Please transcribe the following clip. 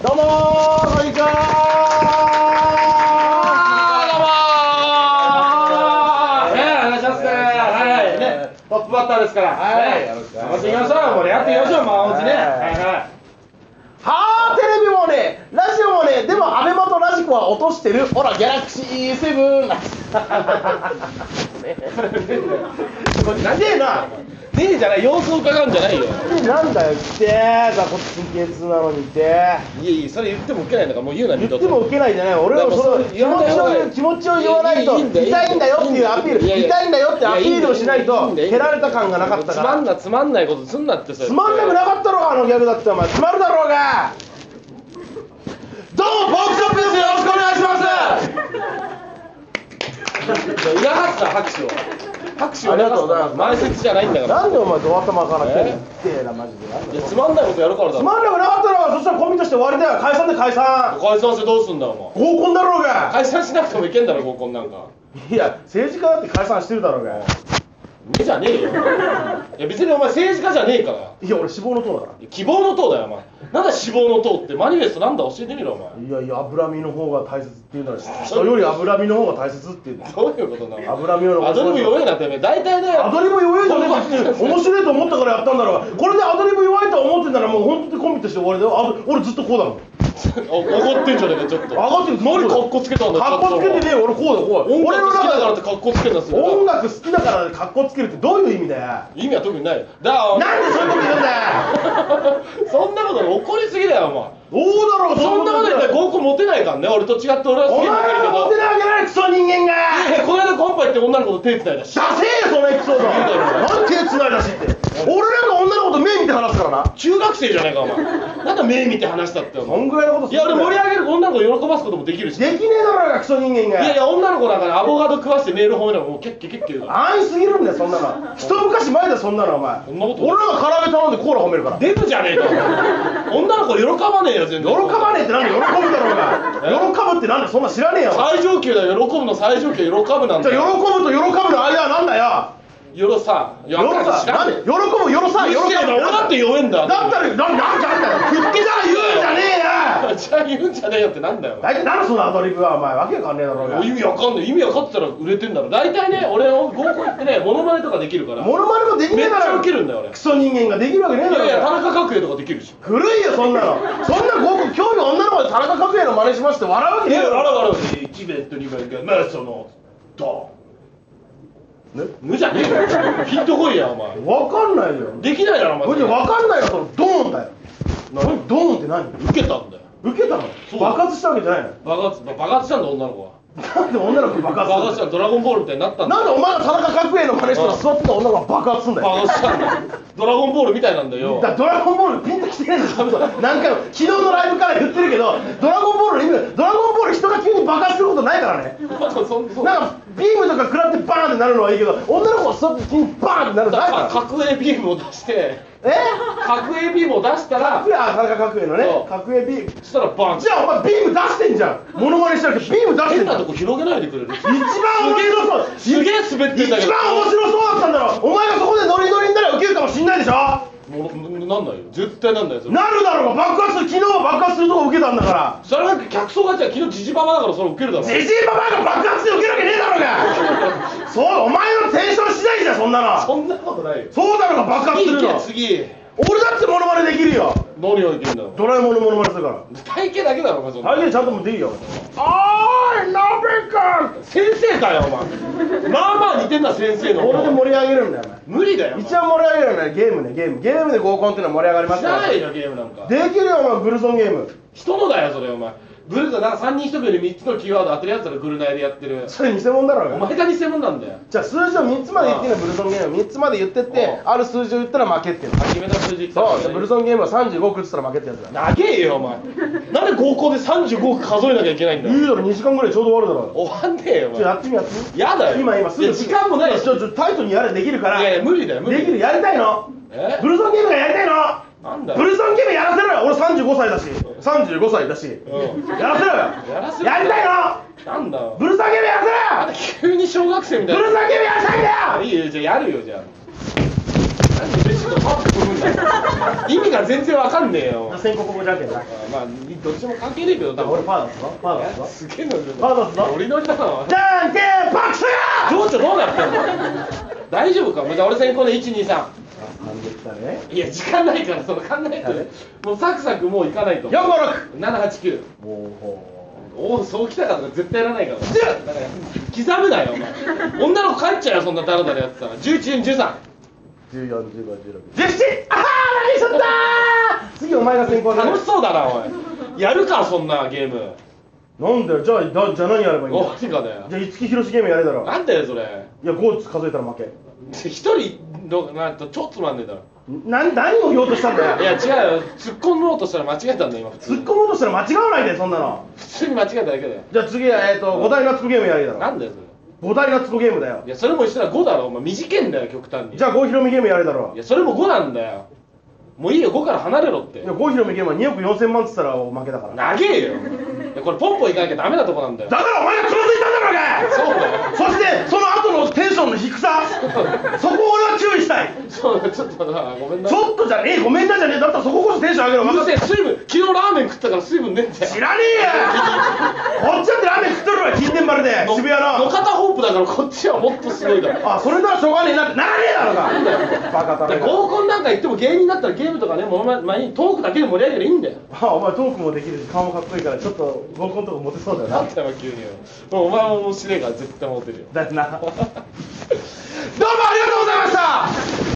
どうもーこんにちはーねお願いしますねはいねトップバッターですからはいねよろしくお頑願張いしますっていきましょう盛り上がっていきましょうまあおうちはねいははあテレビもねラジオもねでもアベマとラジコは落としてるほらギャラクシー7 いはいねえなねえじゃない様子を伺うんじゃないよなんだよ来てザコツ神経痛なのに来ていやいやそれ言っても受けないんだからもう言うな言二っ度てもと受けないじゃない俺はその気持ちやめた方がいをい気持ちを言わないといいんだよ痛いんだよっていうアピールいやいや痛いんだよってアピールをしないと蹴られた感がなかったつかまんらなつまんないことすんなってそれつまんなくなかったろあのギャグだってお前つまるだろうがどうもポークショップですよろしくお願いしますいらなかった拍手を拍手をありがとうございます前説じゃないんだからなんでお前ドア玉から来てるの痛えなマジでいやつまんないことやるからだつろまんなくなかったろそしたらコンビとして終わりだよ解散で解散解散してどうすんだよお合コンだろうが前解散しなくてもいけんだろ合コンなんかいや、政治家だって解散してるだろうが。目じゃねえよお前いや別にお前政治家じゃねえからいや、俺死亡の党だか希望の党だよお前なんだ志望の党ってマニフェストなんだ教えてみろお前ら。いやいや、脂身の方が大切って言うなら、人より脂身の方が大切って言うの。どういうことなの油身をア残ドすリブ弱えなてめえ大体だアよドリブ弱いじゃねえって面白いと思ったからやったんだろうがこれでアドリブ弱いと思ってんならもう本当にコンビとして終わりだよあぶ俺ずっとこうだもんお怒ってんじゃねえかちょっと上がってる何カッコつけたんだよかっこつけてねえよ俺こうだこう音俺楽の好きだからって中でカッコつけたんすよ音楽好きだからかっこつけるってどういう意味だよ意味は特にないよだからなんでそういうこと言うんだよそんなこと怒りすぎだよお前どうだろうそんなこと言ったら合コンモテないからね俺と違って俺は好おきに前なってるけらどモテなわけないクソ人間がえこの間コンパ行って女の子と手つないだしダセえよそのエピソードなんで手つないだしって俺なんか女の子と目見て話すからな中学生じゃないかお前なんだ目見て話したっておそ前んぐらいのこといするやんだ俺よ盛り上げる女の子を喜ばすこともできるしいできねえだろうがクソ人間がやいや女の子なんかにアボカド食わしてメール褒めるのもうキャッキャキャッキャ言うから安易すぎるんだよそんなの一昔前だよそんなのお前そんなこと俺らが唐揚げ頼んでコーラ褒めるからデブじゃねえかお前女の子喜ばねえよ全喜然ばねえってなんで喜ぶだろうが喜ぶってなんでそんな知らねえよ最上級だよ喜ぶの最上級喜ぶなんじだゃあ喜ぶと喜ぶの間はなんだよ喜よろさんいや喜ぶ知らなんねで喜ぶよろさえ喜よろぶさん俺だって酔えんだだったらなんなんじゃんだよ振ってたら言うんじゃねえよじゃあ言うんじゃねえよってなんだよお前大体何そのアドリブはお前わけわかんねえだろうが意味わかんない意味わかってたら売れてんだろ大体ね俺合コン行ってねモノマネとかできるからめっモノマネもできねえちだゃろウケるんだよ俺クソ人間ができるわけねえだろいやいや田中角栄とかできるし古いよそんなのそんな合コン興味女の子で田中角栄の真似しまして笑うわけいねえやだあろらあら1名と2名がまあそのドンね無じゃねえよピンとこいやお前わかんないよできないだろおこれ前じゃわかんないよそのドーンだよ何ドーンって何受けたんだよ受けたのそう爆発したわけじゃないの爆発爆発したんだ女の子はなんで女の子に爆発爆発したするんだドラゴンボールみたいになったんのだなんでお前が田中角栄の真似したら座ってた女の子が爆発すんだよ爆発したんだよドラゴンボールみたいなんだよだからドラゴンボールピンときてねえんだよ何回も昨日のライブから言ってるけどドラゴンボールの意味ドラゴンボール人が急に爆発することないからねそそそなんかビームとか食らってバーンってなるのはいいけど女の子が座って急にバーンってなるのないからか角栄ビームを出してえ角栄ビームを出したら角栄あ田中角栄のねそう角栄ビームそしたらバンじゃあお前ビーム出してんじゃんモノマネしてるけどビーム出して変んじゃなんと一こ広げないでくれる番面白そうすげえ滑ってんだけ一ど番面白そうだったんだろお前がそこでノリノリになりゃウケるかもしんないでしょもうなんないよ絶対なんないよそれなるだろうが爆発する昨日は爆発するとこウケたんだからそれなんか客層がじゃあ昨日ジジババだからそれ受けるだろジジイババアが爆発してウケるわけねえだろうがそうお前のテンション次第じゃんそんなのそんなことないよそうだろうが爆発するの次行け次俺だってモノマネできるよ何を言ってんだろドラえもんのモノマネするから体型だけだろお前そんな体験ちゃんともでいいよおーいナベ君先生かよお前まあまあ似てんな先生のこれで盛り上げるんだよお前無理だよお前一番盛り上げるんだよゲームねゲームゲームで合コンっていうのは盛り上がりま知すらかないよゲームなんからできるよお前ブルゾンゲーム人のだよそれお前グループなんか3人1組で3つのキーワード当てるやつらグルナイでやってるそれ偽物だろおお前前が偽物なんだよじゃあ数字を3つまで言ってんのブルゾンゲーム3つまで言ってってうんある数字を言ったら負けっていうの決めた数字そうじゃあブルンゾンゲームは35億打つったら負けってやつだ長えよお前なんで合コンで35億数えなきゃいけないんだいいよだろ2時間ぐらいちょうど終わるだろ終わんねえよおちょや前ってみやってみやだよ今今すぐいや時間もないよちょちょタイトにやれできるからいやいや無理だよ無理できるやりたいのえブルゾンゲームがやりたいのなんだよブルゾンゲームやらせろよ俺35歳だし35歳だし、うやらせろよやらせろやりたいのなんだよブルゾンゲームやらせ急に小学生みろたよブいルゾンゲームやりたいんだなよいいよじゃあやるよじゃあなんで嬉しすぐパッと踏むんだよ意味が全然わかんねえよ全国語じゃんけんなまあどっちも関係ねえけど多俺分パーダスだパーダスだすげえのパーダスだノリノリだなじゃんけんパクス情緒どうなってんの大丈夫かもうじゃあ俺先行で123なんできたねいや時間ないからその考えてるもうサクサクもういかないと456 789もうほおおそうきたかとか絶対やらないからだから刻むなよお前女の子帰っちゃうよそんなダラダラやってたら1113う14151617ああ何しちゃったー次お前が先行だね楽しそうだなおいやるかそんなゲームなんだよじゃあだじゃあ何やればいいんだおよマジかだよじゃあ五木ひろしゲームやれだろなんだよそれいや5数えたら負け一人のなんと超つまんねえだろな何を言おうとしたんだよいや違うよ突っ込もうとしたら間違えたんだよ今普通突っ込もうとしたら間違わないでそんなの普通に間違えただけだよじゃあ次はえっと5大夏子ゲームやれだなろんだよそれ5大夏子ゲームだよいやそれも一緒だ5だろお前短いんだよ極端にじゃあ郷ひろみゲームやれだろいやそれも5なんだよもういいよ5から離れろっていや郷ひろみゲームは2億4000万っつったら負けだからだ長えよいやこれポンポンいかなきゃダメなとこなんだよからお前がつまずいたんだろうがそうだよそしてその後のテンションの低さそこを俺は注意したいそうだちょっとなごめんなちょっとじゃねえごめんなじゃねえだったらそここそテンション上げろう任るせせえ水分昨日ラーメン食ったから水分出んだよ知らねえよこっちだってラーメン食っとるわ近天 丸で渋谷野の方ホープだからこっちはもっとすごいだろあそれならしょうがねえなってならねえだろうがバカだだめから合コンなんか行っても芸人だったらゲームとかねものまねにトークだけで盛り上げりゃいいんだよあお前トークもできるし顔もかっこいいからちょっと合コンとかモテそうだよななんだよ急にもうお前も 面白いから絶対モテるよだよなどうもありがとうございました